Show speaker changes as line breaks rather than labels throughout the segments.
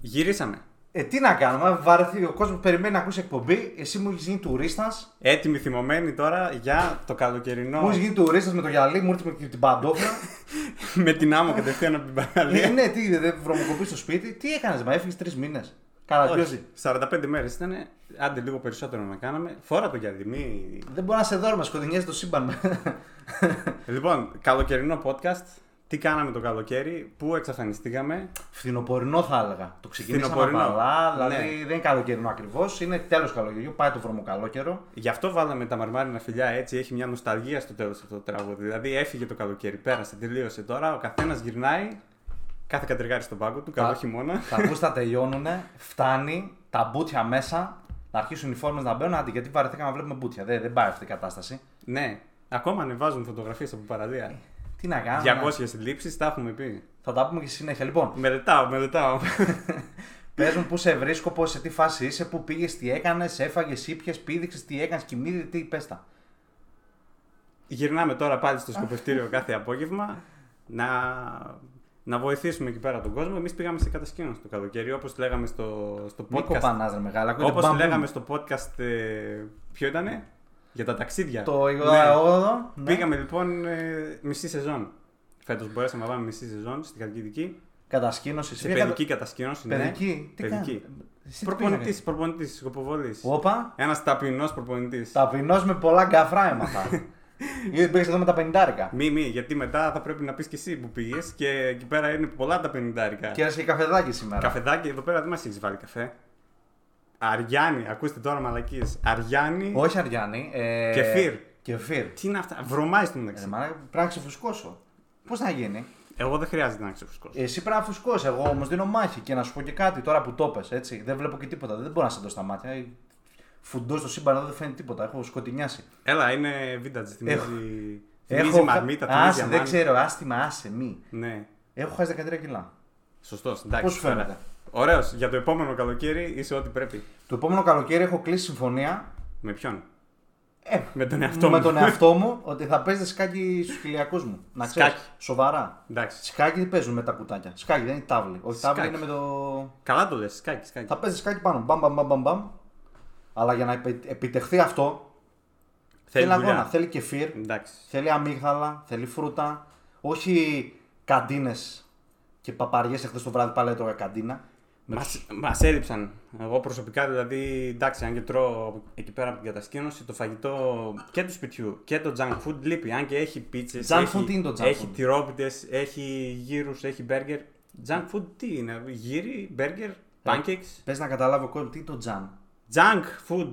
Γυρίσαμε.
Ε, τι να κάνουμε, βαρεθεί ο κόσμος, περιμένει να ακούσει εκπομπή. Εσύ μου έχεις γίνει τουρίστας.
Έτοιμοι θυμωμένοι τώρα για το καλοκαιρινό.
Μου έχεις γίνει τουρίστας με το γυαλί, μου έρθει με την παντόφλα.
με την άμμο κατευθείαν από την
Ε,
παραλία.
ναι, τι, δεν βρωμοκοπείς στο σπίτι. Τι έκανες, μα έφυγες τρεις μήνες.
Όχι,
Καραγκιόζη.
45 μέρε ήταν. Άντε λίγο περισσότερο να κάναμε. Φορά το γιατί. μη-
Δεν μπορώ να σε δω, με σκοτεινιάζει το σύμπαν.
Λοιπόν, καλοκαιρινό podcast. Τι κάναμε το καλοκαίρι, πού εξαφανιστήκαμε.
Φθινοπορεινό θα έλεγα. Το ξεκινήσαμε
Φθινοπορεινό.
καλά, δηλαδή
Ναι.
δεν είναι καλοκαιρινό ακριβώς. Είναι τέλος καλοκαιριού, πάει το βρωμοκαλό καιρό.
Γι' αυτό βάλαμε τα μαρμάρινα φιλιά έτσι. Έχει μια νοσταλγία στο τέλος αυτό το τραγούδι. Δηλαδή έφυγε το καλοκαίρι, πέρασε, τελείωσε τώρα. Ο καθένας γυρνάει. Κάθε κατεργάρι στον πάγκο του. Καλό
Τα-
χειμώνα.
τα γούστα τελειώνουν, φτάνει, τα μπούτια μέσα, να αρχίσουν οι φόρμες να μπαίνουν. Άντε, γιατί βαρεθήκαμε να βλέπουμε μπούτια. Δεν, δεν πάει αυτή η κατάσταση.
ναι, ακόμα ανεβάζουν φωτογραφίες από παραλία.
Τι να κάνουμε.
200 συλλήψεις, τα έχουμε πει.
Θα τα πούμε και στη συνέχεια. Λοιπόν,
Μελετάω, μελετάω.
πες μου πού σε βρίσκω, πώς, σε τι φάση είσαι, πού πήγες, τι έκανες, έφαγες, ήπιες, πήδηξες, τι έκανες, κοιμήθηκε, τι πες τα.
Γυρνάμε τώρα πάλι στο σκοπευτήριο κάθε απόγευμα να, να βοηθήσουμε εκεί πέρα τον κόσμο. Εμείς πήγαμε σε κατασκήνωση το καλοκαίρι, όπως λέγαμε στο, στο
Μην
podcast.
κοπανάς, ρε μεγάλα. ακούτε
Όπω
μπαμπού.
λέγαμε στο podcast, ε, ποιο ήτανε, για τα ταξίδια.
Το
Ναι.
28ο. ναι.
Πήγαμε λοιπόν ε, μισή σεζόν. Φέτος μπορέσαμε να πάμε μισή σεζόν στην Καλκιδική.
Κατασκήνωση.
Σε
Μια κατα-
παιδική κατασκήνωση. ναι.
Παιδική. Τι
Παιδική.
κάνεις. Εσύ τι πήγαινε.
Προπονητής, προπονητής, σκοποβολή.
Όπα,
Ένας ταπεινός προπονητής.
ταπεινός με πολλά γκαφρά έμαθα. Ή πήγες εδώ με τα πενιντάρικα.
Μη, μη, γιατί μετά θα πρέπει να πεις και εσύ που πήγες και εκεί πέρα είναι πολλά τα πενιντάρικα.
Κέρασε και καφεδάκι σήμερα.
Καφεδάκι, εδώ πέρα δεν μας έχεις βάλει καφέ. Αριάννη, ακούστε τώρα μαλακίες. Αριάννη.
Όχι Αριάννη. Ε...
Κεφίρ.
Κεφίρ.
Τι είναι αυτά, βρωμάει στο μεταξύ.
Ρε μάνα, πρέπει να ξεφουσκώσω. Πώς θα γίνει.
Εγώ δεν χρειάζεται να ξεφουσκώσω.
Εσύ πρέπει να φουσκώσεις. Εγώ όμως δίνω μάχη και να σου πω και κάτι τώρα που το πες, έτσι. Δεν βλέπω και τίποτα. Δεν μπορώ να σε δω στα μάτια. Ε, Φουντώ στο σύμπαν εδώ δεν φαίνεται τίποτα. Έχω σκοτεινιάσει.
Έλα, είναι vintage.
Έχω-
Θυμίζει, θυμίζει
Έχω.
μαρμίτα, θυμίζει
άσε, δεν
αμάνι.
ξέρω. Άστιμα, άσε, μη.
Ναι,
Έχω χάσει 13 κιλά.
σωστός. εντάξει.
Πώς σου φαίνεται.
Ωραίος. Για το επόμενο καλοκαίρι είσαι ό,τι πρέπει.
Το επόμενο καλοκαίρι έχω κλείσει συμφωνία
Με ποιον.
Ε,
με τον εαυτό
με
μου.
τον εαυτό μου ότι θα παίζετε σκάκι στους φιλιακού μου. Να ξέρεις.
Σκάκι.
Σοβαρά.
Εντάξει.
Σκάκι δεν παίζουν με τα κουτάκια. Σκάκι δεν είναι τάβλη. Όχι τάβλη
Σκάκι.
είναι με το.
Καλά το λες. Σκάκι, σκάκι.
Θα παίζει σκάκι πάνω. Μπαμ, μπαμ, μπαμ, μπαμ, μπαμ. Αλλά για να επι- επιτευχθεί αυτό θέλει,
δουλειά.
αγώνα. Θέλει κεφίρ,
Εντάξει.
θέλει αμύγδαλα, θέλει φρούτα. Όχι καντίνες και παπαριές εχθέ το βράδυ πάλι έτρωγα καντίνα.
Μας, μας έριψαν. Εγώ προσωπικά δηλαδή, εντάξει, αν και τρώω εκεί πέρα από την κατασκήνωση, το φαγητό και του σπιτιού και το junk food λείπει. Αν και έχει πίτσες,
Junk
έχει,
food τι είναι το junk
έχει
food?
τυρόπιτες, έχει γύρους, έχει burger. Junk food τι είναι, γύρι, burger,
Ε.
pancakes.
Πες να καταλάβει ο κόσμο τι είναι το τζαν.
Junk food,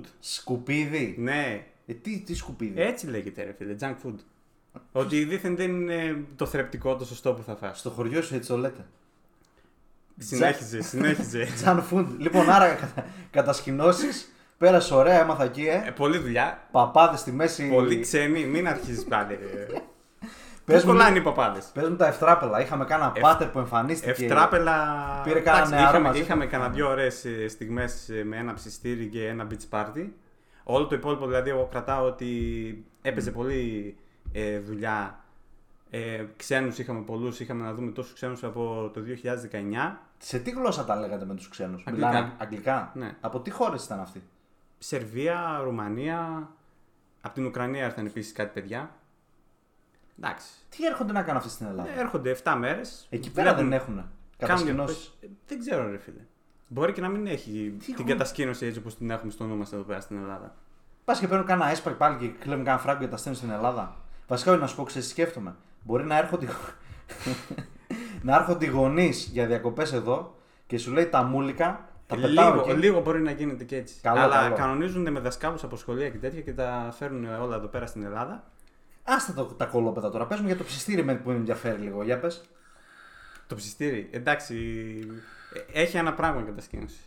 Σκουπίδι.
ναι.
Ε, τι, τι σκουπίδι.
Έτσι λέγεται ρε φίλε, junk food. Ότι δήθεν δεν είναι το θρεπτικό το σωστό που θα φας.
Στο χωριό σου έτσι το λέτε.
Συνέχιζε, συνέχιζε.
Τζαν φούντ. Λοιπόν, άρα κατα... κατασκηνώσεις. Πέρασε ωραία, έμαθα εκεί.
Ε,
Ε.
πολλή δουλειά,
Παπάδες στη μέση.
πολλοί ξένοι, μην αρχίζεις πάλι. ρε.
Πες
Πες
μου,
κολλάνε οι παπάδες.
παίζουν τα ευτράπελα. Είχαμε κάνα πάτερ που εμφανίστηκε.
Ευτράπελα.
Πήρε κανένα
Εντάξει,
νεαρό
είχαμε,
μαζί του.
Είχαμε κανένα δύο ωραίες στιγμές ε, με ένα ψιστήρι και ένα beach party. Όλο το υπόλοιπο δηλαδή, εγώ κρατάω ότι
Mm.
έπαιζε πολύ ε, δουλειά. Ε, ξένους είχαμε πολλούς, είχαμε να δούμε τόσους ξένους από το 2019.
Σε τι γλώσσα τα λέγατε με τους ξένους,
Αγγλικά.
Μιλάνε αγγλικά.
Ναι.
Από τι χώρες ήταν αυτοί.
Σερβία, Ρουμανία, από την Ουκρανία ήρθαν επίσης κάτι παιδιά. Εντάξει. Ε,
Τι έρχονται να κάνουν αυτοί στην Ελλάδα.
Έρχονται 7 μέρες.
Εκεί πέρα
Βλέπουν-
δεν έχουν
Κάνουν και
κατασκηνώσει.
πες- Δεν ξέρω, ρε φίλε. Μπορεί και να μην έχει την
έχουμε?
κατασκήνωση έτσι όπως την έχουμε στο νου μα εδώ πέρα στην Ελλάδα.
Πας και παίρνουν κανένα έσπακ πάλι και κλέβουν κανένα φράγκο και τα στέλνουν στην Ελλάδα. Βασικά, όχι να σου πω, ξέρεις, σκέφτομαι. Μπορεί να έρχονται, οι γο- να έρχονται οι γονείς για διακοπές εδώ και σου λέει τα μούλικα, τα πετάω
Ε, λίγο,
εκεί.
λίγο μπορεί να γίνεται και έτσι.
Καλό,
Αλλά
καλό.
κανονίζουν με δασκάλους από σχολεία και τέτοια και τα φέρνουν όλα εδώ πέρα στην Ελλάδα.
Άστα το, τα κολόπεδα τώρα. Πες μου για το ψιστήρι με που με ενδιαφέρει λίγο. Για πες.
Το ψιστήρι, εντάξει, ε, έχει ένα πράγμα η κατασκήνωση.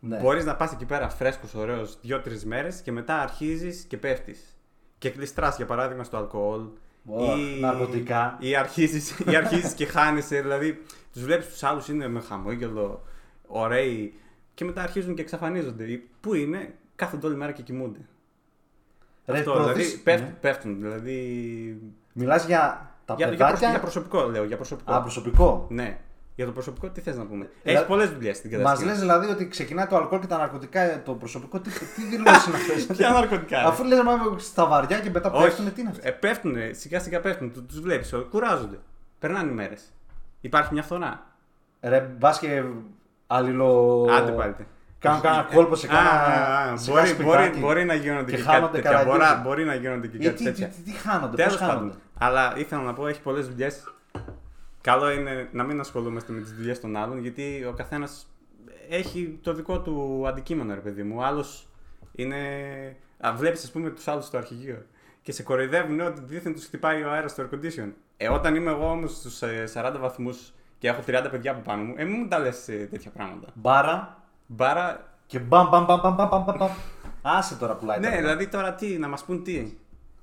Ναι.
Μπορείς να πας εκεί πέρα φρέσκος, ωραίος, δύο-τρει μέρες και μετά αρχίζεις και πέφτεις. Και κλειστράς για παράδειγμα στο αλκοόλ.
Ω, ναρκωτικά.
Ή αρχίζεις ή αρχίζεις και χάνεσαι. Δηλαδή, τους βλέπεις τους άλλους είναι με χαμόγελο, ωραίοι. Και μετά αρχίζουν και εξαφανίζονται. Ή Πού είναι, κάθονται όλη μέρα και κοιμούνται.
Ρε,
Αυτό,
προωθείς-
δηλαδή, πέφτουν,
Ναι.
πέφτουν. Δηλαδή.
Μιλάς για
για,
τα
για, προσω-
παιδάκια.
για προσωπικό λέω. Για προσωπικό.
Α, προσωπικό.
Ναι. Για το προσωπικό τι θες να πούμε.
Δηλαδή,
Έχεις πολλές δουλειές στην
Μα
κατασκευή.
λες δηλαδή ότι ξεκινάει το αλκοόλ και τα ναρκωτικά, ε, το προσωπικό. Τι, τι δηλώσεις είναι αυτές.
Ποια ναρκωτικά, ε? ρε.
Αφού λες μα στα βαριά και μετά πέφτουν, τι είναι αυτό.
Ε, πέφτουνε, σιγά σιγά πέφτουν. Τους βλέπεις, κουράζονται. Περνάνε οι μέρες. Υπάρχει μια φθορά.
Ε, Ρε, μπας και αλληλο.
Άντε πάλι.
Κάνω κάνα κόλπο σε
Α,
κάνα.
α, α,
σε κάνα
μπορεί,
σπιτάκι.
μπορεί, μπορεί να γίνονται
και
και,
χάνονται
κάτι τέτοια.
καραγκιόζοι.
Μπορά, μπορεί να γίνονται και
Ε,
κάτι
τι, τι,
τέτοια.
τι, τι χάνονται, πώ
Τέλο
χάνονται.
πάντων. Αλλά ήθελα να πω, έχει πολλές δουλειές. Καλό είναι να μην ασχολούμαστε με τις δουλειές των άλλων, γιατί ο καθένας έχει το δικό του αντικείμενο, ρε παιδί μου. Άλλος είναι. Βλέπεις, ας πούμε, τους άλλους στο αρχηγείο και σε κοροϊδεύουν ότι δίθεν τους χτυπάει ο αέρας στο air condition. Ε, όταν είμαι εγώ όμως στους 40 βαθμούς και έχω 30 παιδιά από πάνω μου, ε, μην μου τα λες τέτοια πράγματα.
Μπάρα
Μπάρα.
και μπαμ μπαμ μπαμ μπαμ μπαμ μπαμ. μπαμ. Άσε τώρα πουλάει.
Ναι,
τώρα.
δηλαδή τώρα τι, να μας πούν τι.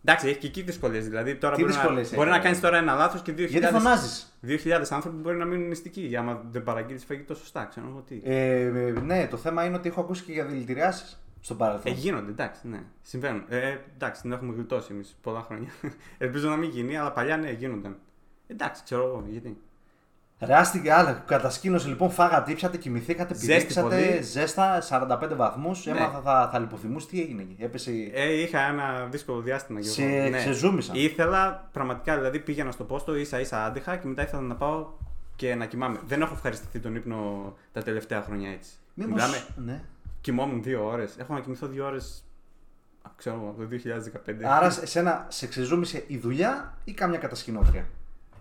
Εντάξει, έχει και εκεί δυσκολίες. Δηλαδή τώρα
Τι
μπορεί, να,
δυσκολίες έχει,
μπορεί να
ρε.
κάνει τώρα ένα λάθος και 2.000
Γιατί φωνάζει.
2.000 άνθρωποι μπορεί να μείνουν μυστικοί για άμα δεν παραγγείλεις φαγητό σωστά. Ξέρω εγώ τι. Ε,
Ε, ε, ναι, το θέμα είναι ότι έχω ακούσει και για δηλητηριάσεις στο παρελθόν.
Ε, γίνονται, εντάξει, ναι. Συμβαίνουν. Ε, εντάξει, την έχουμε γλιτώσει εμείς πολλά χρόνια. Ελπίζω να μην γίνει, αλλά παλιά ναι, γίνονταν. Εντάξει, ξέρω εγώ γιατί.
Ρεάστηκε άλλα. Κατασκήνωση λοιπόν, φάγατε, ήπιατε, κοιμηθήκατε,
Ζέστη
πηδήξατε.
πολύ.
Ζέστα, 45 βαθμούς.
Ναι.
Έμαθα θα, θα λιποθυμούσε. Τι έγινε, εκεί? έπεσε. η-
Ε, είχα ένα δύσκολο διάστημα και
Σε-
εγώ. Ναι.
ξεζούμισαν.
Ήθελα, πραγματικά δηλαδή πήγαινα στο πόστο, ίσα ίσα άντεχα και μετά ήθελα να πάω και να κοιμάμαι. Δεν έχω ευχαριστηθεί τον ύπνο τα τελευταία χρόνια έτσι.
Μήπως-
Μιλάμε,
Ναι.
κοιμόμουν δύο ώρες. Έχω να κοιμηθώ δύο ώρες. Ξέρω εγώ, από το 2015.
Άρα σε, σένα σε ξεζούμισε η δουλειά ή κάμια κατασκηνώτρια.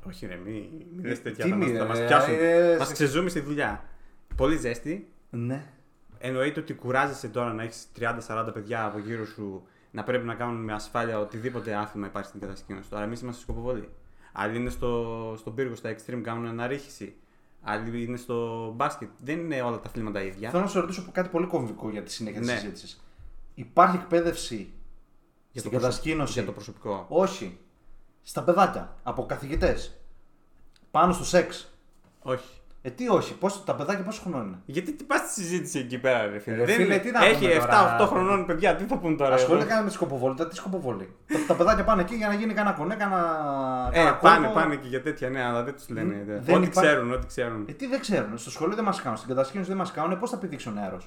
Όχι ρε, μη, μη λες τέτοια,
Τι
θα μας,
μη,
θα μας
ρε,
πιάσουν.
ε,
μας
σε-
ξεζούμε στη δουλειά. Πολύ ζέστη.
Ναι.
Εννοείται ότι κουράζεσαι τώρα να έχεις 30-40 παιδιά από γύρω σου να πρέπει να κάνουν με ασφάλεια οτιδήποτε άθλημα υπάρχει στην κατασκήνωση. Τώρα εμείς είμαστε σκοποβολή. Άλλοι είναι στο, στον πύργο, στα extreme, κάνουν αναρρίχηση. Άλλοι είναι στο μπάσκετ. Δεν είναι όλα τα αθλήματα ίδια.
Θέλω να σου ρωτήσω κάτι πολύ κομβικό για τη συνέχεια της
Ναι.
συζήτησης. Υπάρχει εκπαίδευση
Για το
στην
προσω-
κατασκήνωση.
Για το προσωπικό.
Όχι. Στα παιδάκια. Από καθηγητές. Πάνω στο σεξ.
Όχι.
Ε, τι όχι. Πώς, τα παιδάκια πόσο χρονών είναι.
Γιατί τι πας στη συζήτηση εκεί πέρα, ρε φίλε.
Ε, Ρε
Δεν
φίλε,
είναι-
τι να
Έχει
πούμε
7-8
τώρα.
χρονών παιδιά, τι θα πούν τώρα. Ε,
Ασχολείται
εγώ.
κανένα με τη σκοποβολή. Τα τι σκοποβολή. τα, τα παιδάκια πάνε εκεί για να γίνει κανένα κονέ, κανένα.
Ε,
κανένα
πάνε,
κόλπο.
πάνε και για τέτοια, ναι, αλλά δεν τους λένε. δε.
δεν
ό,τι
υπά-
ξέρουν, ό,τι ξέρουν.
Ε, τι δεν ξέρουν. Στο σχολείο δεν μας κάνουν. Στην κατασκήνωση δεν μας κάνουν. Πώς θα πηδήξει ο νεαρός.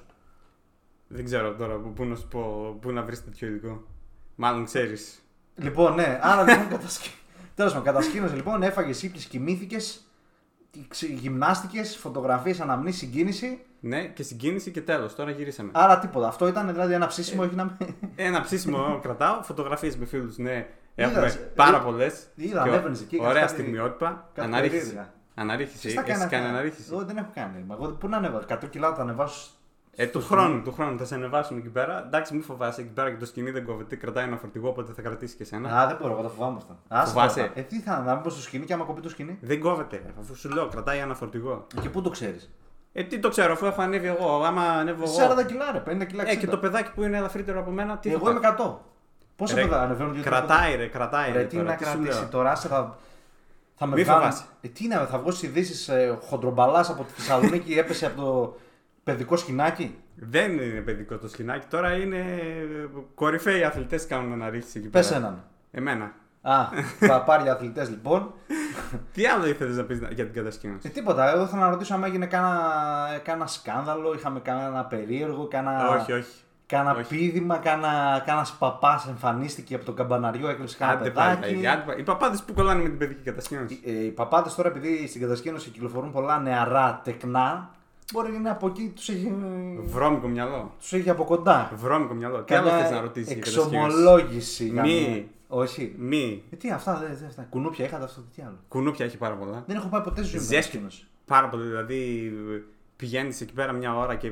Δεν ξέρω τώρα που, πού να σου πω, πού να βρεις τέτοιο υλικό. Μάλλον ξέρεις.
Λοιπόν, ναι, άρα λοιπόν κατασκήνωση. Τέλος πάντων, κατασκήνωση λοιπόν, έφαγες ύπνη, κοιμήθηκε, γυμνάστηκες, φωτογραφίες, αναμνήσεις, συγκίνηση.
Ναι, και συγκίνηση και τέλος. Τώρα γυρίσαμε.
Άρα τίποτα. Αυτό ήταν δηλαδή ένα ψήσιμο,
Ε,
όχι να μην.
Ένα ψήσιμο κρατάω, φωτογραφίες με φίλους, ναι. Έχουμε
ε,
πάρα πολλές.
είδα, ανέβαινες εκεί, κάνεις
Ωραία
κάτι-
στιγμιότυπα.
κάτι
Αναρρίχηση.
περίεργα.
Αναρρίχηση.
Ποιος τα
Έχει
αυτά.
κάνει αναρρίχηση.
Εγώ δεν έχω κάνει. Μα εγώ πού να ανεβάσω. 100 κιλά θα ανεβάσω.
Ε, του χρόνου, του χρόνου θα σε ανεβάσουν εκεί πέρα. Εντάξει, μην φοβάσαι εκεί πέρα και το σκηνή δεν κόβεται. Κρατάει ένα φορτηγό, οπότε θα κρατήσει και σένα.
Α, δεν μπορώ, εγώ τα φοβάμαι αυτά. Άσε
Ναι. Φοβάσαι.
τώρα. Ε, τι θα να μπω στο σκηνή και άμα κοπεί το σκηνή.
Δεν κόβεται, ρε, αφού σου λέω, κρατάει ένα φορτηγό.
Και πού το ξέρεις.
Ε, τι το ξέρω, αφού έχω ανέβει εγώ. Άμα ανέβω εγώ.
40 κιλά, ρε, 50 κιλά.
Ε, και
60.
το παιδάκι που είναι ελαφρύτερο από μένα, τι θα
Εγώ
κάνει.
είμαι 100. Πόσα
Ρε,
παιδά ανεβαίνουν και
Κρατάει, ρε, κρατάει.
Ρε,
Ρε,
τι
τώρα,
να
σου
κρατήσει
λέω.
τώρα, άσε θα. Θα με
Μη
βγάλουν.
φοβάσαι.
Ε, τι να, θα βγω στις ειδήσεις ε, χοντρομπαλάς από τη Θεσσαλονίκη, έπεσε από το παιδικό σκηνάκι.
Δεν είναι παιδικό το σκηνάκι, τώρα είναι ε, κορυφαίοι αθλητές κάνουν αναρρίχηση εκεί
Πες
πέρα.
έναν.
Εμένα.
Α, θα πάρει για αθλητές λοιπόν.
Τι άλλο ήθελες να πεις για την
Ε,
κατασκήνωση.
τίποτα, εγώ θα να ρωτήσω αν έγινε κάνα, ε, κάνα σκάνδαλο, είχαμε κανένα περίεργο, κάνα.
όχι, όχι.
Κάνα
όχι.
πίδημα, κάνα ένας παπάς εμφανίστηκε από το καμπαναριό, έκλεισε κάνα
Άντε πάλι,
παιδάκι.
παιδιά, άντε πάλι. Οι παπάδες που κολλάνε με την παιδική κατασκήνωση.
Ε, οι παπάδες τώρα, επειδή στην κατασκήνωση κυκλοφορούν πολλά νεαρά τεκνά, μπορεί να είναι από εκεί τους έχει,
Βρώμικο μυαλό.
τους έχει από κοντά.
Βρώμικο μυαλό. Τι άλλο
Κάνα
θες να ρωτήσεις για κατασκήνωση.
Εξομολόγηση.
Μη.
καμία. Όχι.
Μη.
Ε, τι αυτά, δεν δε, αυτά. Κουνούπια είχατε αυτό, τι άλλο.
Κουνούπια έχει πάρα πολλά.
Δεν έχω πάει ποτέ στη ζωή μου
Ζέστη.
κατασκήνωση.
Πάρα πολύ. Δηλαδή πηγαίνεις εκεί πέρα μια ώρα και.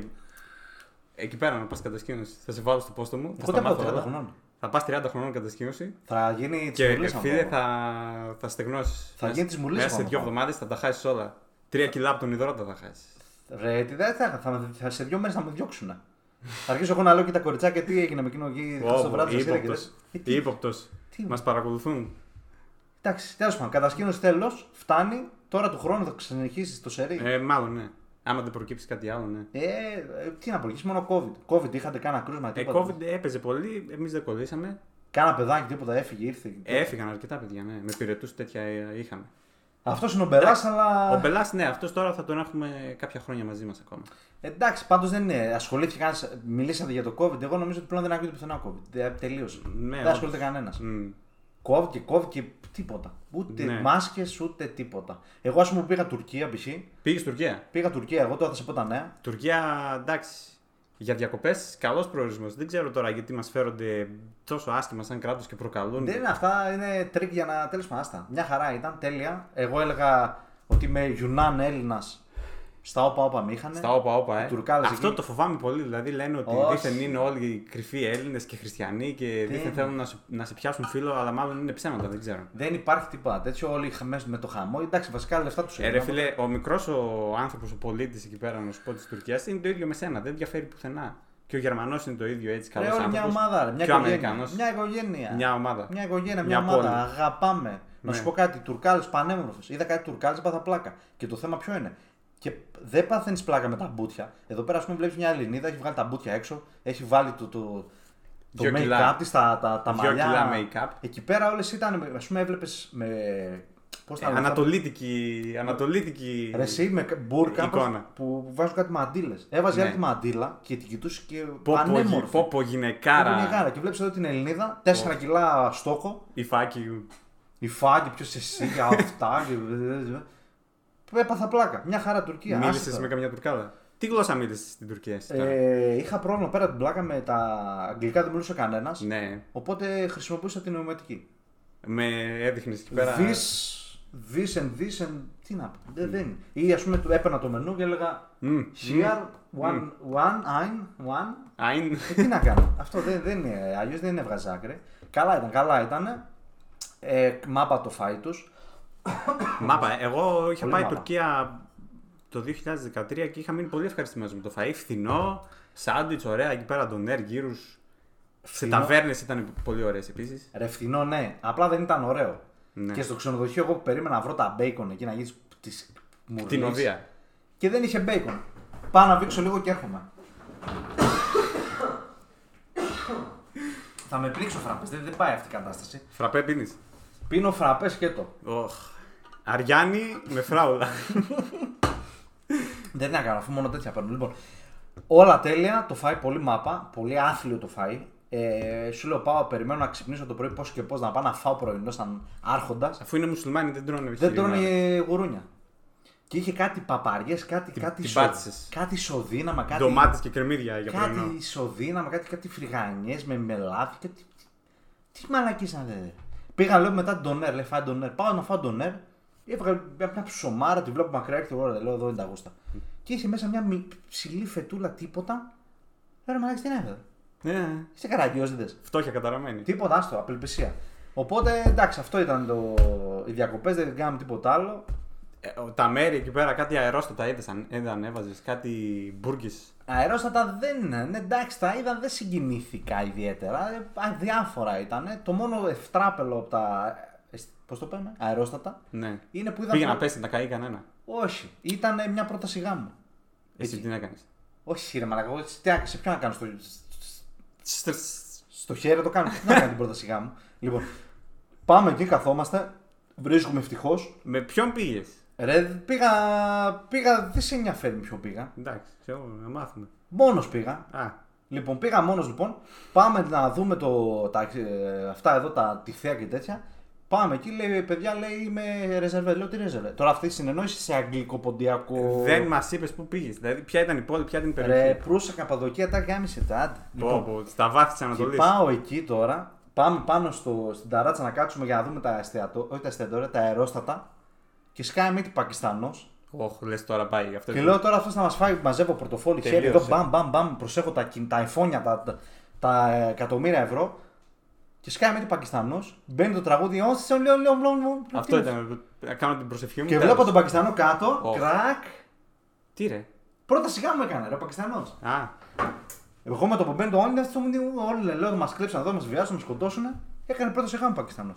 Εκεί πέρα να πας κατασκήνωση. Θα σε βάλω στο πόστο μου. θα
Πότε
στα
από
μάθω
30
όλα.
χρονών.
Θα πας 30 χρονών κατασκήνωση
Θα γίνει τη
και ε,
μουλή
φίλε θα, θα στεγνώσεις.
Θα γίνει της μουλής
Μέσα σε
μου,
δύο
πάω.
εβδομάδες θα τα χάσεις όλα. Τρία κιλά από τον υδρότα θα χάσεις.
Ρε, τι δεν θα, θα, με- θα- σε δύο μέρες θα με διώξουν. θα αρχίσω εγώ να λέω και τα κοριτσάκια τι έγινε με εκείνο εκεί. χθες το βράδυ σας είδα και δεν- Ε, τι-
Ήποπτο.
τι-
Μας παρακολουθούν.
Εντάξει, τέλος πάντων, κατασκήνωση τέλος, φτάνει. Τώρα του χρόνου θα συνεχίσει το σερί. Ε,
Ε, μάλλον ναι. Άμα δεν προκύψει κάτι άλλο, ναι.
ε, τι να πω, έχεις μόνο COVID. COVID είχατε κάνα κρούσμα,
Ε,
τίποτα.
COVID έπαιζε πολύ, εμείς δεν κολλήσαμε. Ε,
Κάνα παιδάκι, τίποτα, έφυγε, ήρθε.
Έφυγαν αρκετά παιδιά, ναι. Με πυρετούς τέτοια ε, είχαμε.
Αυτός είναι ο Μπελάς, αλλά.
Ο Μπελάς, ναι, αυτός τώρα θα τον έχουμε κάποια χρόνια μαζί μας ακόμα.
Εντάξει, πάντως δεν είναι. Ασχολήθηκε κανένας. Μιλήσατε για το COVID. Εγώ νομίζω ότι πλέον δεν ακούγεται πουθενά COVID. Ε, Τελείωσε.
Ναι,
δεν ασχολείται κανένας.
Μμ.
Κόβει και κόβει και τίποτα. Ούτε
Ναι.
μάσκες, ούτε τίποτα. Εγώ, ας πούμε, που πήγα Τουρκία π.χ.
Πήγες Τουρκία.
Πήγα Τουρκία, εγώ τώρα θα σε πω τα
Ναι.
νέα.
Τουρκία, εντάξει. Για διακοπές, καλός προορισμός. Δεν ξέρω τώρα γιατί μας φέρονται τόσο άσχημα σαν κράτος και προκαλούν.
Δεν είναι αυτά, είναι τρίκ για να. Τέλος πάντων, άστα. Μια χαρά ήταν, τέλεια. Εγώ έλεγα ότι είμαι Γιουνάν Έλληνας. Στα όπα όπα με είχανε.
Στα όπα, όπα, ε.
Οι Τουρκάλες
Αυτό
εκεί.
το φοβάμαι πολύ. Δηλαδή λένε ότι
Όχι.
δίθεν είναι όλοι κρυφοί Έλληνες και χριστιανοί και δίθεν
είναι.
θέλουν να σε, να σε πιάσουν φίλο, αλλά μάλλον είναι ψέματα, δεν ξέρω.
Δεν υπάρχει τίποτα τέτοιο. Όλοι είχα μέσα με το χαμό. Εντάξει, βασικά λεφτά τους
Ε, ρε φίλε, ο μικρός ο άνθρωπος, ο πολίτης εκεί πέρα, να σου πω της Τουρκίας, είναι το ίδιο με σένα. Δεν διαφέρει πουθενά. Και ο Γερμανός είναι το ίδιο έτσι καλό
Ρε, όλη
άνθρωπο.
μια ομάδα, ρε, μια
και ο
οικογένεια.
Αμερικανός.
Μια οικογένεια.
Μια ομάδα.
Μια οικογένεια, μια,
Μια πόλη.
ομάδα. Αγαπάμε. Να σου
Ναι.
πω κάτι, Τουρκάλες πανέμορφες. Είδα κάτι Τουρκάλες, πάθα πλάκα. Και το θέμα ποιο είναι. Και δεν παθαίνεις πλάκα με τα μπουτια. Εδώ πέρα, ας πούμε, βλέπεις μια Ελληνίδα, έχει βγάλει τα μπουτια έξω, έχει βάλει το, το, το
Δυο
make-up
κιλά.
της, τα, τα, τα
Δυο
μαλλιά.
κιλά make-up.
Εκεί πέρα όλες ήταν, ας πούμε, έβλεπες με. Πώς
Ε,
τα λένε αυτά,
ανατολίτικη. ανατολίτικη...
Ρε, εσύ με κα- μπουρκα
Εικόνα.
που, που βάζουν κάτι μαντήλε. Έβαζε
Ναι.
άλλη τη μαντήλα και την κοιτούσε και
Πω, πω, γυ-
πανέμορφη.
πω, πω, γυναικάρα.
Ήταν η γάρα. Και βλέπεις εδώ την Ελληνίδα, 4 κιλά στόχο,
Η φάκη.
η φάγη, ποιος εσύ για αυτά. και- Έπαθα πλάκα. Μια χαρά Τουρκία. άσε
Μίλησε
τώρα.
με καμιά Τουρκάδα. Τι γλώσσα μίλησες στην Τουρκία, εσύ τώρα.
Ε, είχα πρόβλημα πέρα από την πλάκα με τα αγγλικά, δεν μιλούσε κανένας.
Ναι.
Οπότε χρησιμοποιούσα την νοηματική.
Με έδειχνες εκεί πέρα.
This, this and this and. Τι να πω. Δεν, δεν είναι. Ή ας πούμε του έπαιρνα το μενού και έλεγα.
Μμ.
Here, one, one, ein, one.
Α, είναι-
Ε, τι να κάνω. Αυτό δεν, δεν είναι. Αλλιώς δεν έβγαζε άκρη. Καλά ήταν, καλά ήταν. Ε, μάπα το φάι τους.
Μάπα. Εγώ είχα
Πολύ
πάει
μάπα.
Τουρκία το 2013 και είχα μείνει πολύ ευχαριστημένος με το φαΐ. Φθηνό, σάντουιτ, ωραία εκεί πέρα ντονέρ, γύρους. Σε
Φθηνό.
ταβέρνες ήταν πολύ ωραίες επίσης.
Ρε φθηνό, ναι. Απλά δεν ήταν ωραίο.
Ναι.
Και στο ξενοδοχείο, εγώ που περίμενα να βρω τα μπέικον εκεί να γίνει τη μουρλή.
Την οδεία.
Και δεν είχε μπέικον. Πάω να βήξω λίγο και έρχομαι. Θα με πλήξω φραπές. Δεν, δεν πάει αυτή η κατάσταση.
Φραπέ πίνεις.
Πίνω φραπές και το.
Αριάννη με φράουλα.
Δεν είναι κάνω, αφού μόνο τέτοια παίρνω. Λοιπόν, όλα τέλεια, το φάει πολύ μάπα, πολύ άθλιο το φάει. Ε, σου λέω πάω, περιμένω να ξυπνήσω το πρωί πώς και πώς να πάω να φάω πρωινό σαν άρχοντας.
Αφού είναι μουσουλμάνοι δεν τρώνε
Δεν
βυθίρινο.
τρώνε γουρούνια. Και είχε κάτι παπαριές, κάτι, κάτι,
την
ισο-
πάτησες.
κάτι ισοδύναμα, κάτι.
Ντομάτες και κρεμμύδια για πρωινό.
κάτι ισοδύναμα, κάτι, κάτι φρυγανιές με μελάδι. Και τι τι, τι μαλακή σαν δε. Πήγα λέω μετά τον Ερ, λέει φάει τον Ερ. Πάω να φάω τον Ερ. Έβγαλε μια, μια ψωμάρα, τη βλέπω μακριά και λέω, «Ωραία, λέω εδώ είναι τα γούστα. Και είχε μέσα μια μι- ψηλή φετούλα τίποτα. Λέω ρε μαλακή τι είναι εδώ.
Ναι.
Είστε καραγκιόζητε.
Φτώχεια καταραμένη.
Τίποτα, άστο, απελπισία. Οπότε εντάξει, αυτό ήταν το... οι διακοπές, δεν κάναμε τίποτα άλλο.
Ε, ο- τα μέρη εκεί πέρα, κάτι αερόστατα είδες, αν- είδα, ανέβαζε, κάτι μπουργκες.
Αερόστατα δεν είναι. Ναι, εντάξει, τα είδα, δεν συγκινήθηκα ιδιαίτερα. Ε, Αδιάφορα ήταν. Το μόνο ευτράπελο από τα. Πώς το παίρνουμε, αερόστατα.
Ναι.
Είναι που είδα.
Πήγε να πέσει, να καεί κανένα.
Όχι, ήταν μια πρόταση γάμου.
Εσύ τι έκανες.
Όχι, ρε Μαλακά, εγώ τι- τι- σε ποιο να κάνω. Στο, στο χέρι το κάνω. Τι να κάνω την πρόταση γάμου. Λοιπόν, πάμε εκεί, καθόμαστε. Βρίσκουμε ευτυχώς.
Με ποιον πήγες.
Ρε, πήγα, πήγα, δεν σε ενδιαφέρει με ποιον πήγα.
Εντάξει, ξέρω, να μάθουμε.
Μόνος πήγα,
Α,
Λοιπόν, πήγα μόνος λοιπόν. Πάμε να δούμε το, τα, ε, αυτά εδώ, τα τυχαία και τέτοια. Πάμε εκεί, λέει παιδιά, λέει είμαι ρεζερβέ. Λέω τι ρεζερβέ. Τώρα αυτή η συνεννόηση σε αγγλικοποντιακό.
δεν μας είπες πού πήγες. Δηλαδή, ποια ήταν η πόλη, ποια ήταν η
Ρε,
περιοχή.
προύσα Καπαδοκία, τα γάμισε τα. άντε.
Πω, πω, στα βάθη της
και
Ανατολή.
πάω εκεί τώρα. Πάμε πάνω στο, στην ταράτσα να κάτσουμε για να δούμε τα εστιατόρια, όχι τα εστιατόρια, τα αερόστατα. Και σκάει μύτη Πακιστανός.
Όχι, λες τώρα πάει αυτό.
Και
είναι.
λέω τώρα αυτός να μας φάει, μαζεύω πορτοφόλι, χέρι εδώ,
Τελείωσε.
μπαμ, μπαμ, μπαμ, προσέχω τα, κιν- τα iPhone, τα, τα, τα εκατομμύρια ευρώ. Και σκάει με την Πακιστανό, μπαίνει το τραγούδι, «Όσοι σε λέω, λέω, λέω, λέω, τι
Αυτό
είναι
ήταν. να Κάνω την προσευχή μου.
Και
τέλος.
βλέπω τον Πακιστανό κάτω,
Ω.
κρακ.
Τι ρε.
Πρώτα σιγά μου έκανε, ρε, ο Πακιστανός.
Α,
Εγώ με το που μπαίνει το όνειρο, αυτό μου λέει, Όλοι λέω, μας κλέψαν εδώ, μας βιάσουν, μας σκοτώσουν. Έκανε πρώτα σιγά μου Πακιστανό.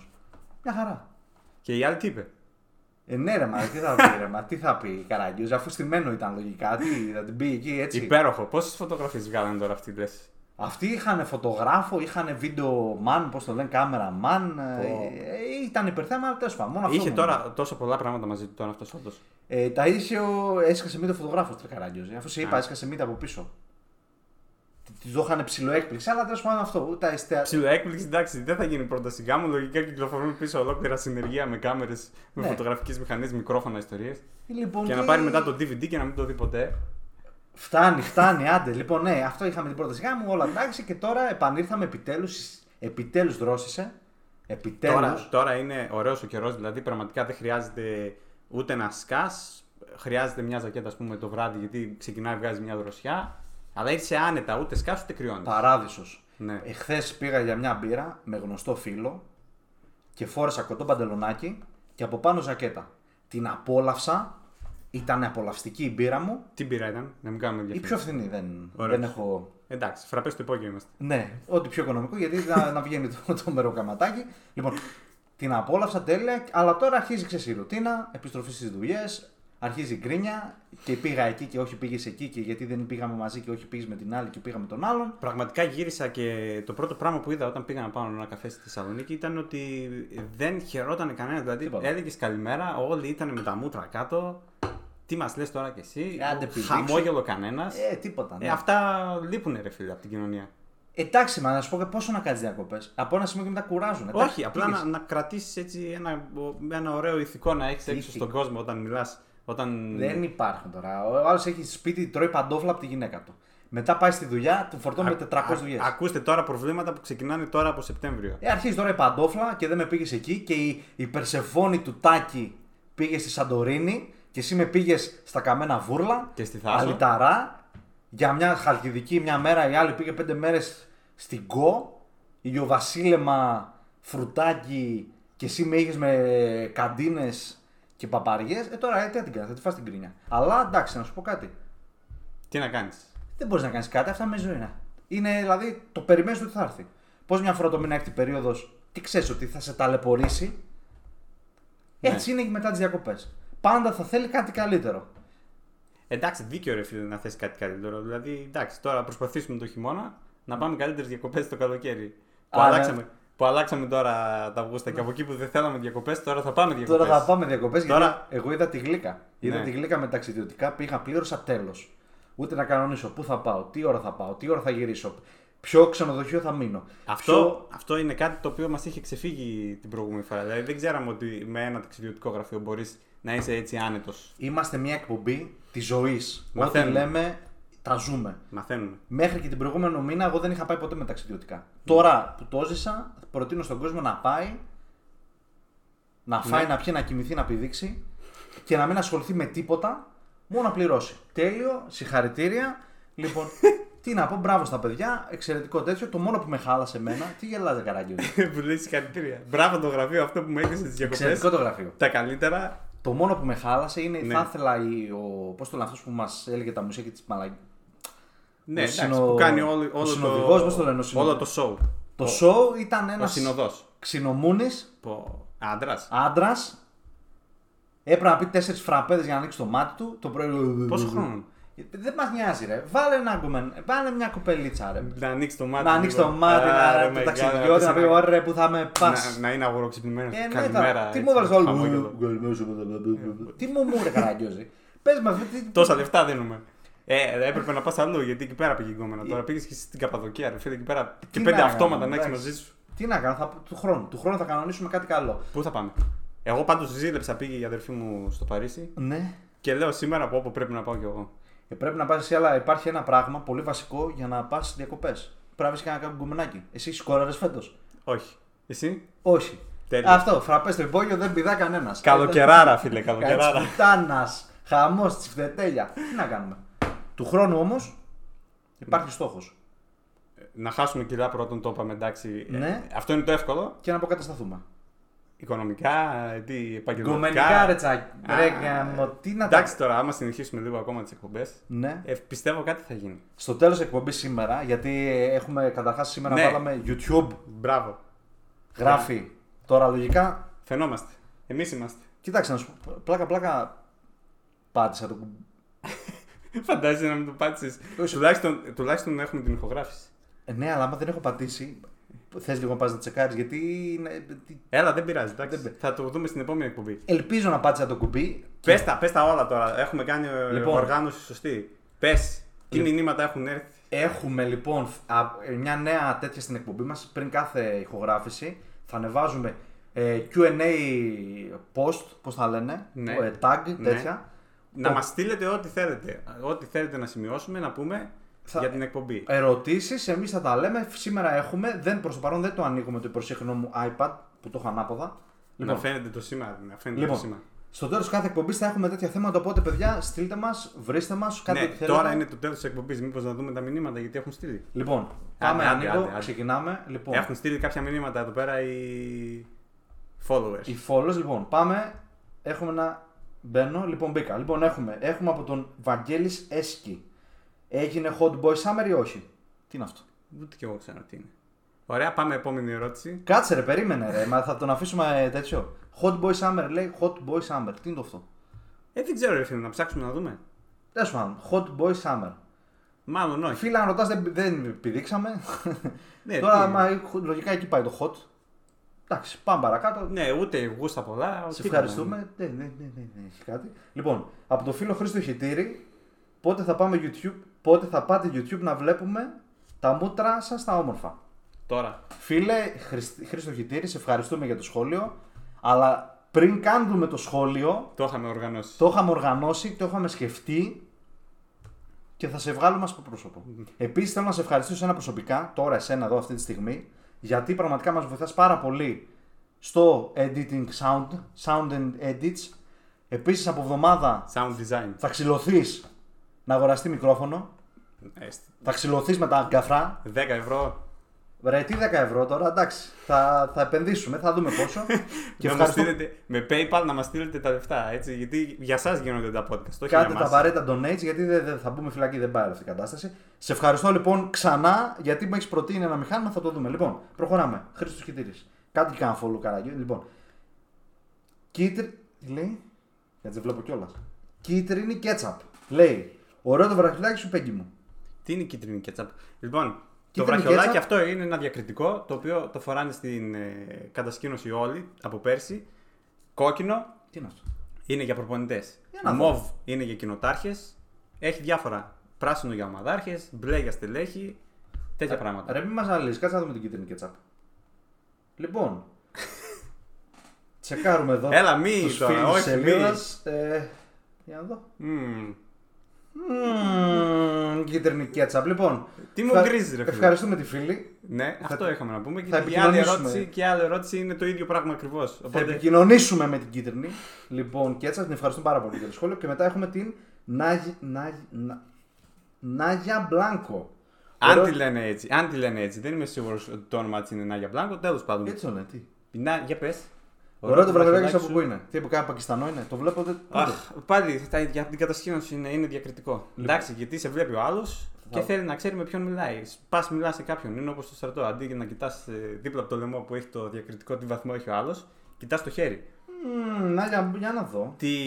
Μια χαρά.
και η άλλη τι είπε.
Ε, ναι, ρε, μα τι θα πει, ρε, μα τι θα πει, καραγκιόζη, αφού στημένο ήταν λογικά. Τι, θα την πει εκεί έτσι.
Υπέροχο. Πόσες φωτογραφίες βγάλανε τώρα αυτή λες.
Αυτοί είχαν φωτογράφο, είχαν βίντεο man, πώς το λένε, κάμερα man. ε, Ήταν υπερθέμα, αλλά τέλος πάντων. Μόνο αυτό
Είχε
μου
τώρα τόσα πολλά πράγματα μαζί του τώρα αυτός όντως.
Ε, τα είχε ο. Έσκασε μύτη ο φωτογράφος Τρικαράγγιο. Ε, Αφού σε είπα,
Α.
έσκασε μύτη από πίσω. Τη το είχαν ψηλό έκπληξη, αλλά τέλος πάντων αυτό. Ούτε αισθέα.
Ψιλοέκπληξη, εντάξει, δεν θα γίνει πρόταση γάμου. Λογικά κυκλοφορούν πίσω ολόκληρα συνεργεία με κάμερες, με
Ναι.
φωτογραφικές μηχανές, μικρόφωνα, ιστορίες.
Λοιπόν,
Και να πάρει μετά το DVD και να μην το δει ποτέ.
Φτάνει, φτάνει, άντε. Λοιπόν, ναι, αυτό είχαμε την πρόταση γάμου, όλα εντάξει και τώρα επανήλθαμε επιτέλου. Επιτέλους δρόσησε. Επιτέλους.
Τώρα, τώρα είναι ωραίος ο καιρός, δηλαδή πραγματικά δεν χρειάζεται ούτε να σκάς. Χρειάζεται μια ζακέτα, ας πούμε, το βράδυ, γιατί ξεκινάει, βγάζει μια δροσιά. Αλλά είσαι άνετα, ούτε σκάς ούτε κρυώνεις.
Παράδεισος.
Ναι.
Εχθές πήγα για μια μπύρα με γνωστό φίλο και φόρεσα κοντό παντελονάκι και από πάνω ζακέτα. Την απόλαυσα. Ήταν απολαυστική η μπύρα μου.
Τι μπύρα ήταν, να μην κάνουμε
Η
διαφορά.
πιο φθηνή δεν,
Ωραία.
δεν έχω.
Εντάξει, φραπές στο υπόγειο είμαστε.
Ναι, ό,τι πιο οικονομικό γιατί να, να βγαίνει το, το μεροκαματάκι. Λοιπόν, την απόλαυσα τέλεια, αλλά τώρα αρχίζει ξέρεις, η ρουτίνα, επιστροφή στις δουλειές, αρχίζει η γκρίνια και πήγα εκεί και όχι πήγες εκεί και γιατί δεν πήγαμε μαζί και όχι πήγες με την άλλη και πήγαμε τον άλλον.
Πραγματικά γύρισα και το πρώτο πράγμα που είδα όταν πήγα να πάω ένα καφέ στη Θεσσαλονίκη ήταν ότι δεν χαιρόταν κανένας. Δηλαδή
Τίποτα.
έλεγες καλημέρα, όλοι ήταν με τα μούτρα κάτω. Τι μας λες τώρα κι εσύ,
Άντε, πηδήξε.
χαμόγελο κανένας.
Ε, τίποτα.
Ε,
Ναι.
αυτά λείπουνε ρε φίλε από την κοινωνία.
Εντάξει, Ε, μα να σου πω και πόσο να κάνεις διακοπές. Από ένα σημείο και μετά κουράζουν. Εντάξει,
Όχι, απλά
πήγες.
να, να κρατήσεις έτσι ένα, ένα ωραίο ηθικό να έχεις έξω
ηθικό.
στον κόσμο όταν μιλάς. Όταν...
Δεν υπάρχουν τώρα. Ο άλλος έχει σπίτι, τρώει παντόφλα από τη γυναίκα του. Μετά πάει στη δουλειά, του φορτώνει με 400 δουλειέ.
Α- Ακούστε τώρα προβλήματα που ξεκινάνε τώρα από Σεπτέμβριο.
Ε, αρχίζει τώρα η παντόφλα και δεν με πήγες εκεί και η, η Περσεφόνη του Τάκη πήγε στη Σαντορίνη και εσύ με πήγες στα καμένα βούρλα.
Και στη Θάσο.
Αλυταρά. Για μια χαλκιδική μια μέρα, η άλλη πήγε πέντε μέρες στην Κο. Ηλιοβασίλεμα, φρουτάκι και εσύ με είχες με καντίνες και παπαριές. Ε, τώρα ε, τι να την κάνεις, θα τη φας την κρίνια. Αλλά εντάξει, να σου πω κάτι.
Τι να κάνεις.
Δεν μπορείς να κάνεις κάτι, αυτά με ζωή είναι. Είναι δηλαδή το περιμένεις ότι θα έρθει. Πώς μια φορά το μήνα έρθει περίοδος, τι ξέρεις ότι θα σε ταλαιπωρήσει.
Ναι.
Έτσι είναι και μετά τις διακοπές. Πάντα θα θέλει κάτι καλύτερο.
Εντάξει, δίκιο ρε φίλε να θες κάτι καλύτερο. Δηλαδή, εντάξει, τώρα προσπαθήσουμε το χειμώνα να πάμε καλύτερες διακοπές το καλοκαίρι. Που,
Άρα.
αλλάξαμε, που αλλάξαμε τώρα τα Αυγούστα και από εκεί που δεν θέλαμε διακοπές, τώρα θα πάμε διακοπέ.
Τώρα θα πάμε διακοπές γιατί
Τώρα-
εγώ είδα τη γλύκα. Είδα
Ναι.
τη γλύκα με ταξιδιωτικά, πήγα, πλήρωσα τέλος. Ούτε να κανονίσω πού θα πάω, τι ώρα θα πάω, τι ώρα θα γυρίσω, ποιο ξενοδοχείο θα μείνω.
Αυτό,
ποιο-
αυτό είναι κάτι το οποίο μας είχε ξεφύγει την προηγούμενη φορά. Δηλαδή, δεν ξέραμε ότι με ένα ταξιδιωτικό γραφείο μπορείς να είσαι έτσι άνετος.
Είμαστε μια εκπομπή της ζωής. Ό,τι
Μαθαίνουμε.
λέμε, τα ζούμε.
Μαθαίνουμε.
Μέχρι και την προηγούμενο μήνα, εγώ δεν είχα πάει ποτέ με ταξιδιωτικά. Τώρα που το ζήσα, προτείνω στον κόσμο να πάει, να φάει,
Ναι.
να πιει, να κοιμηθεί, να πηδήξει και να μην ασχοληθεί με τίποτα, μόνο να πληρώσει. Τέλειο, συγχαρητήρια. Λοιπόν, τι να πω, μπράβο στα παιδιά, εξαιρετικό τέτοιο. Το μόνο που με χάλασε εμένα, τι γελάζε καράγκιο.
που λέει συγχαρητήρια. Μπράβο το γραφείο αυτό που με έκλεισε τι διακοπέ.
Εξαιρετικό το γραφείο.
Τα καλύτερα.
Το μόνο που με χάλασε είναι,
Ναι.
θα ήθελα η- ο, πώς το λένε αυτός που μας έλεγε τα μουσεία και τις μαλαγ...
Ναι,
Ο
εντάξει,
συνο-
που κάνει όλο,
ο
όλο,
συνοδηγός, πώς
το...
το λένε, ο συνο-
όλο το show.
Το
Ο-
show ήταν
Ο
ένας
συνοδός.
ξινομούνης
Άντρας.
άντρας. Έπρεπε να πει τέσσερις φραπέδες για να ανοίξει το μάτι του. Το πρωί.
Πόσο χρόνο.
Δεν μας νοιάζει, ρε. Βάλε, ένα αγκομεν- βάλε μια κοπελίτσα, ρε.
Να ανοίξει το μάτι.
να ανοίξει το
λίγο.
μάτι,
Α,
να
ρε,
το
μεγάλε,
ταξιδιώτη, να πει
να-
ωραία που θα με πας.
να- Να είναι αγοροξυπνημένος.
Ε, ναι,
Καλημέρα.
θα- Τι
έτσι,
μου έβαλες όλο.
χαμόγελο.
Καλημέρα σου, blablabla. Τι μου μου ρε καραγκιόζη. Πες με αυτή. τι-
Τόσα λεφτά δίνουμε. Ε, έπρεπε να πας αλλού γιατί εκεί πέρα πήγε η γκόμενα. Τώρα πήγες και στην Καπαδοκία, ρε φίλε, εκεί πέρα. Και
να
πέντε
κάνω,
αυτόματα Ε. να έχεις
εντάξει.
μαζί σου.
Τι να κάνω, θα... του χρόνου. Του χρόνου θα κανονίσουμε κάτι καλό.
Πού θα πάμε. Εγώ πάντως ζήλεψα, πήγε η αδερφή μου στο Παρίσι
Ναι.
και λέω σήμερα από όπου πρέπει να πάω κι εγώ.
Ε, πρέπει να πας εσύ, αλλά υπάρχει ένα πράγμα πολύ βασικό για να πας διακοπές. Πρέπει να βρεις κανένα καγκουμενάκι. Εσύ σκόραρες φέτος.
Όχι. Εσύ.
Όχι.
Τέλεια.
Αυτό, φραπές στο υπόγειο δεν πηδά κανένας.
Καλοκαιράρα, φίλε, καλοκαιράρα.
Κατσουτάνα, χαμός, τσιφτετέλια. Τι να κάνουμε. Του χρόνου όμως υπάρχει στόχος.
να χάσουμε κιλά πρώτον, το είπαμε εντάξει. Ε,
Ναι.
αυτό είναι το εύκολο.
Και να αποκατασταθούμε.
Οικονομικά, ε, τι
Γκομενικά ρε
επαγγελματικά.
τσακ.
Α,
Ρε γαμο, τι να τα.
Εντάξει τώρα, άμα συνεχίσουμε λίγο ακόμα τις εκπομπές,
Ναι.
ε, πιστεύω κάτι θα γίνει.
Στο τέλος εκπομπής σήμερα, γιατί έχουμε καταρχάς σήμερα
Ναι.
βάλαμε YouTube.
Μπράβο.
Γράφει τώρα λογικά.
Φαινόμαστε. Εμείς είμαστε.
Κοιτάξτε να σου πω. Πλάκα, πλάκα. Πάτησα το κουμπί.
Φαντάζεσαι να μην το πάτησες. Τουλάχιστον, τουλάχιστον να έχουμε την ηχογράφηση.
Ναι, αλλά άμα δεν έχω πατήσει, θες λίγο να πας να τσεκάρεις. Γιατί. είναι- τι-
Έλα, δεν πειράζει. εντάξει.
Δεν
Θα το δούμε στην επόμενη εκπομπή.
Ελπίζω να πάτησα το κουμπί.
Πες τα, πες τα όλα τώρα. Έχουμε κάνει ε,
Λοιπόν.
οργάνωση σωστή. Πες, τι μηνύματα έχουν έρθει.
Έχουμε λοιπόν α, μια νέα τέτοια στην εκπομπή μας πριν κάθε ηχογράφηση. Θα ανεβάζουμε ε, QA post, πώς θα λένε,
Ναι.
ε, tag,
Ναι.
τέτοια.
Να
Ο-
μας στείλετε ό,τι θέλετε. Ό,τι θέλετε να σημειώσουμε, να πούμε
Θα- Ε,
για την εκπομπή.
Ερωτήσεις, εμείς θα τα λέμε. Σήμερα έχουμε. Δεν, προς το παρόν δεν το ανοίγουμε το υπερσύχνό μου iPad που το έχω ανάποδα.
να
Λοιπόν,
φαίνεται το σήμα. Να φαίνεται
λοιπόν,
το σήμα.
στο τέλος κάθε εκπομπής θα έχουμε τέτοια θέματα. Οπότε, παιδιά, στείλτε μας, βρίστε μας, κάτι
Ναι,
που θέλετε.
τώρα είναι το τέλος της εκπομπής. Μήπως να δούμε τα μηνύματα γιατί έχουν στείλει.
Λοιπόν, πάμε,
άντε,
ανοίγω,
άντε, άντε.
ξεκινάμε. Λοιπόν,
Έχουν στείλει κάποια μηνύματα εδώ πέρα οι followers.
Οι follows, λοιπόν, πάμε. Έχουμε ένα. Μπαίνω, λοιπόν, μπήκα. Λοιπόν, έχουμε, έχουμε από τον Βαγγέλης Έσκι. Έγινε hot boy summer ή όχι. Τι είναι αυτό.
Ούτε κι εγώ ξέρω τι είναι. Ωραία, πάμε επόμενη ερώτηση.
Κάτσε ρε, περίμενε ρε, μα θα τον αφήσουμε ε, τέτοιο. Hot boy summer λέει, hot boy summer. Τι είναι το αυτό.
Ε, δεν ξέρω, ρε φίλε, να ψάξουμε να δούμε.
Τέλος πάντων, hot boy summer.
Μάλλον όχι.
Φίλα, αν ρωτάς, δεν, δεν πηδήξαμε.
Ναι,
Τώρα,
τι-
μα, λογικά εκεί πάει το hot. Εντάξει, πάμε παρακάτω.
Ναι, ούτε γούστα πολλά.
Σε
τι να
ευχαριστούμε. Ναι, ναι, ναι, ναι, ναι, έχει κάτι. Λοιπόν, από το φίλο Χρήστο Χιτήρη, πότε θα πάμε YouTube, πότε θα πάτε YouTube να βλέπουμε τα μούτρα σας τα όμορφα.
κάνουμε. Τώρα.
Φίλε Χριστ- Χρήστο Χιτήρη, σε ευχαριστούμε για το σχόλιο, αλλά πριν κάνουμε το σχόλιο,
Το είχαμε οργανώσει.
το είχαμε οργανώσει, το είχαμε σκεφτεί και θα σε βγάλουμε από πρόσωπο. Επίσης, θέλω να σε ευχαριστήσω ένα προσωπικά, τώρα εσένα εδώ αυτή τη στιγμή, γιατί πραγματικά μας βοηθάς πάρα πολύ στο editing sound, sound and edits. Επίσης, από εβδομάδα
Sound design.
θα ξυλωθείς να αγοραστεί μικρόφωνο,
Έστω.
θα ξυλωθείς με τα αγκαθρά.
10 Ε, ευρώ.
Ρε, τι 10 ευρώ τώρα, εντάξει, θα, θα επενδύσουμε, θα δούμε πόσο.
Και να μας στείλετε, με PayPal να μας στείλετε τα λεφτά. Έτσι, γιατί για εσά γίνονται τα podcast. Όχι
Κάντε
για
τα
μας.
απαραίτητα donates γιατί δεν δεν θα μπούμε φυλακή, δεν πάει αυτή η κατάσταση. Σε ευχαριστώ λοιπόν ξανά γιατί μου έχεις προτείνει ένα μηχάνημα, θα το δούμε. Λοιπόν, προχωράμε. Χρήστος Κιτήρης. Κάτι και κάνα follow καραγκιό. Λοιπόν. Κίτρι. τι Λέει. Γιατί δεν βλέπω κιόλας. Κίτρινη κέτσαπ. Λέει. Ωραίο το βραχυλάκι σου, πέγγι μου.
Τι είναι η κίτρινη κέτσαπ. Λοιπόν, το
Κίτρινη
βραχιολάκι
κέτσαπ.
αυτό είναι ένα διακριτικό το οποίο το φοράνε στην ε, κατασκήνωση όλοι από πέρσι. Κόκκινο
Τι είναι αυτό.
είναι για προπονητές.
Για να δω.
Μοβ είναι για κοινοτάρχες. Έχει διάφορα. Πράσινο για ομαδάρχες, μπλε για στελέχη. Τέτοια πράγματα.
Ε, Ρε, μην μας αναλύσει, κάτσε να δούμε την κίτρινη κέτσαπ. Λοιπόν. Τσεκάρουμε εδώ.
Έλα, μη
τους
τώρα,
φίλους της
όχι, μη.
σελίδας. Ε, για να δω.
Μμμ.
Μμμ, κίτρινη κέτσαπ. Λοιπόν.
Τι μου
ευχα-
γκρίζεις, ρε φίλε.
Ευχαριστούμε τη φίλη.
Ναι, αυτό είχαμε να πούμε.
θα
Και η άλλη,
επικοινωνήσουμε.
ερώτηση, και η άλλη ερώτηση είναι το ίδιο πράγμα ακριβώς.
Θα
Οπότε
επικοινωνήσουμε με την κίτρινη. Λοιπόν, κέτσαπ, την ευχαριστούμε πάρα πολύ για το σχόλιο. Και μετά έχουμε την Νάγι- Νάγι- Να- Νάγια Μπλάνκο.
αν τη,
Ωραίο-
λένε έτσι, αν τη λένε έτσι, δεν είμαι σίγουρος ότι το όνομα της είναι Νάγια Μπλάνκο. Τέλος πάντων.
Έτσι το λένε, τι.
Να, για πες.
Ε- Ωραίο το βραχυλάκι από πού είναι. Τι από κάποιο Πακιστανό είναι. Το βλέπω. Δεν...
Αχ, πάλι τα ίδια από την κατασκήνωση είναι, είναι διακριτικό. Εντάξει, γιατί σε βλέπει ο άλλος και
Λοιπόν. Θα-
θέλει να ξέρει με ποιον μιλάει. Πας μιλάς σε κάποιον, είναι όπως στο στρατό. Αντί για να κοιτάς δίπλα από το λαιμό που έχει το διακριτικό, τι βαθμό έχει ο άλλος, κοιτάς το χέρι.
Μμμ, Νάγια, για να δω.
Τι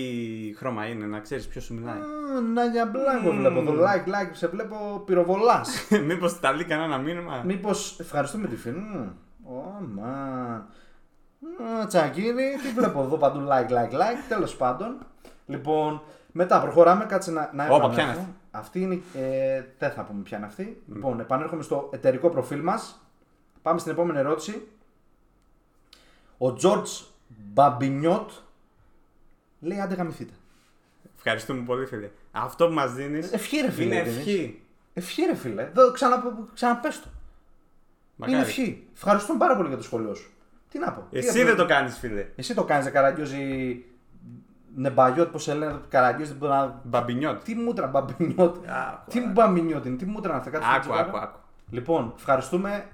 χρώμα είναι, να ξέρεις ποιος σου μιλάει.
Μμμ, Νάγια Μπλάνκο βλέπω εδώ. Like, like, σε βλέπω πυροβολάς.
Μήπως τα λέει κανένα μήνυμα.
Μήπως ευχαριστούμε τη φίλη μου. Ω, μα. Μ, Τσακίρι, τι βλέπω εδώ παντού. Like, like, like. Τέλος πάντων. Λοιπόν, μετά προχωράμε. Κάτσε να, να
Όπα,
επανέλθω.
ποια είναι αυτή?
Αυτή είναι. Ε, δεν θα πούμε ποια είναι αυτή. Λοιπόν, επανέρχομαι στο εταιρικό προφίλ μας. Πάμε στην επόμενη ερώτηση. Ο Τζορτζ Μπαμπινιότ λέει άντε γαμηθείτε.
Ευχαριστούμε πολύ, φίλε. Αυτό που μας δίνεις.
Ευχή, ρε, φίλε,
Είναι
δίνεις.
ευχή.
Ε, Ευχή ρε φίλε, Εδώ ξανα, ξαναπες το.
Μακάρι.
Είναι ευχή. Ευχαριστούμε πάρα πολύ για το σχολείο σου. Τι να πω. τι
Εσύ
απλό.
δεν το κάνεις, φίλε.
Εσύ το κάνεις, Καραγκιόζη. Νεμπαγιότ, πώς σε λένε, Καραγκιόζη. δεν μπορώ να-
Μπαμπινιότ.
Τι μούτρα, μπαμπινιότ.
Άκου,
Τι
άκου.
μπαμπινιότ είναι, τι μούτρα είναι αυτά, κάτσε να
Άκου,
τσεκάρω.
άκου, άκου.
Λοιπόν, ευχαριστούμε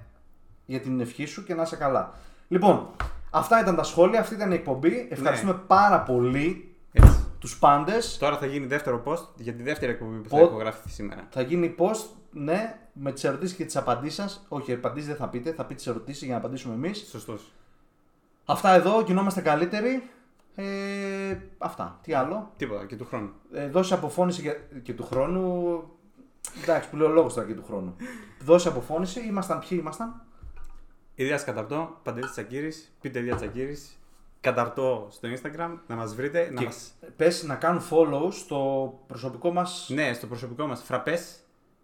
για την ευχή σου και να είσαι καλά. Λοιπόν, αυτά ήταν τα σχόλια, αυτή ήταν η
Ναι.
εκπομπή. Ευχαριστούμε πάρα πολύ
Έτσι.
τους πάντες.
Τώρα θα γίνει δεύτερο post για τη δεύτερη εκπομπή που θα
Πο-
έχω γράφει σήμερα.
Θα γίνει post, ναι, με τις ερωτήσεις και τις απαντήσεις σας. Όχι, απαντήσεις δεν θα πείτε, θα πείτε τις ερωτήσεις για να απαντήσουμε εμείς.
Σωστός.
Αυτά εδώ, γινόμαστε καλύτεροι. Ε, αυτά. Τι άλλο.
Τίποτα και του χρόνου.
Ε, δώσει αποφώνηση και, και του χρόνου. Εντάξει, που λέω λόγος τώρα και του χρόνου. Δώσε αποφώνηση, ήμασταν ποιοι ήμασταν.
Ιδέα καταρτό, Παντελής Τσακύρης, πείτε Τσακύρη. Καταρτό στο Instagram, να μας βρείτε. Να
Και
μας...
πες να κάνουν follow στο προσωπικό μας
Ναι, στο προσωπικό μας. Φραπές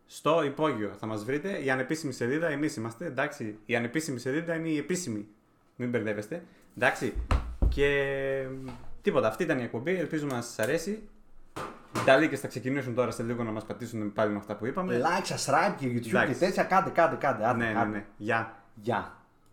στο υπόγειο θα μας βρείτε. Η ανεπίσημη σελίδα, εμείς είμαστε. Εντάξει, η ανεπίσημη σελίδα είναι η επίσημη. Μην μπερδεύεστε. Εντάξει. Και μ, τίποτα. Αυτή ήταν η εκπομπή. Ελπίζουμε να σας αρέσει. Οι Ιταλίκε θα ξεκινήσουν τώρα σε λίγο να μας πατήσουν πάλι με αυτά που είπαμε.
like, subscribe και YouTube
Ναι. Εντάξει.
και τέτοια. Κάντε, κάντε, κάντε. Άντε,
Ναι, ναι,
κάντε.
ναι. Γεια.
Γεια.